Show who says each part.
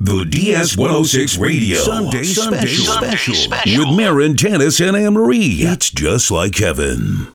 Speaker 1: The DS 106 Radio
Speaker 2: Sunday special.
Speaker 1: With Marin, Janice, and Anne Marie. It's just like heaven.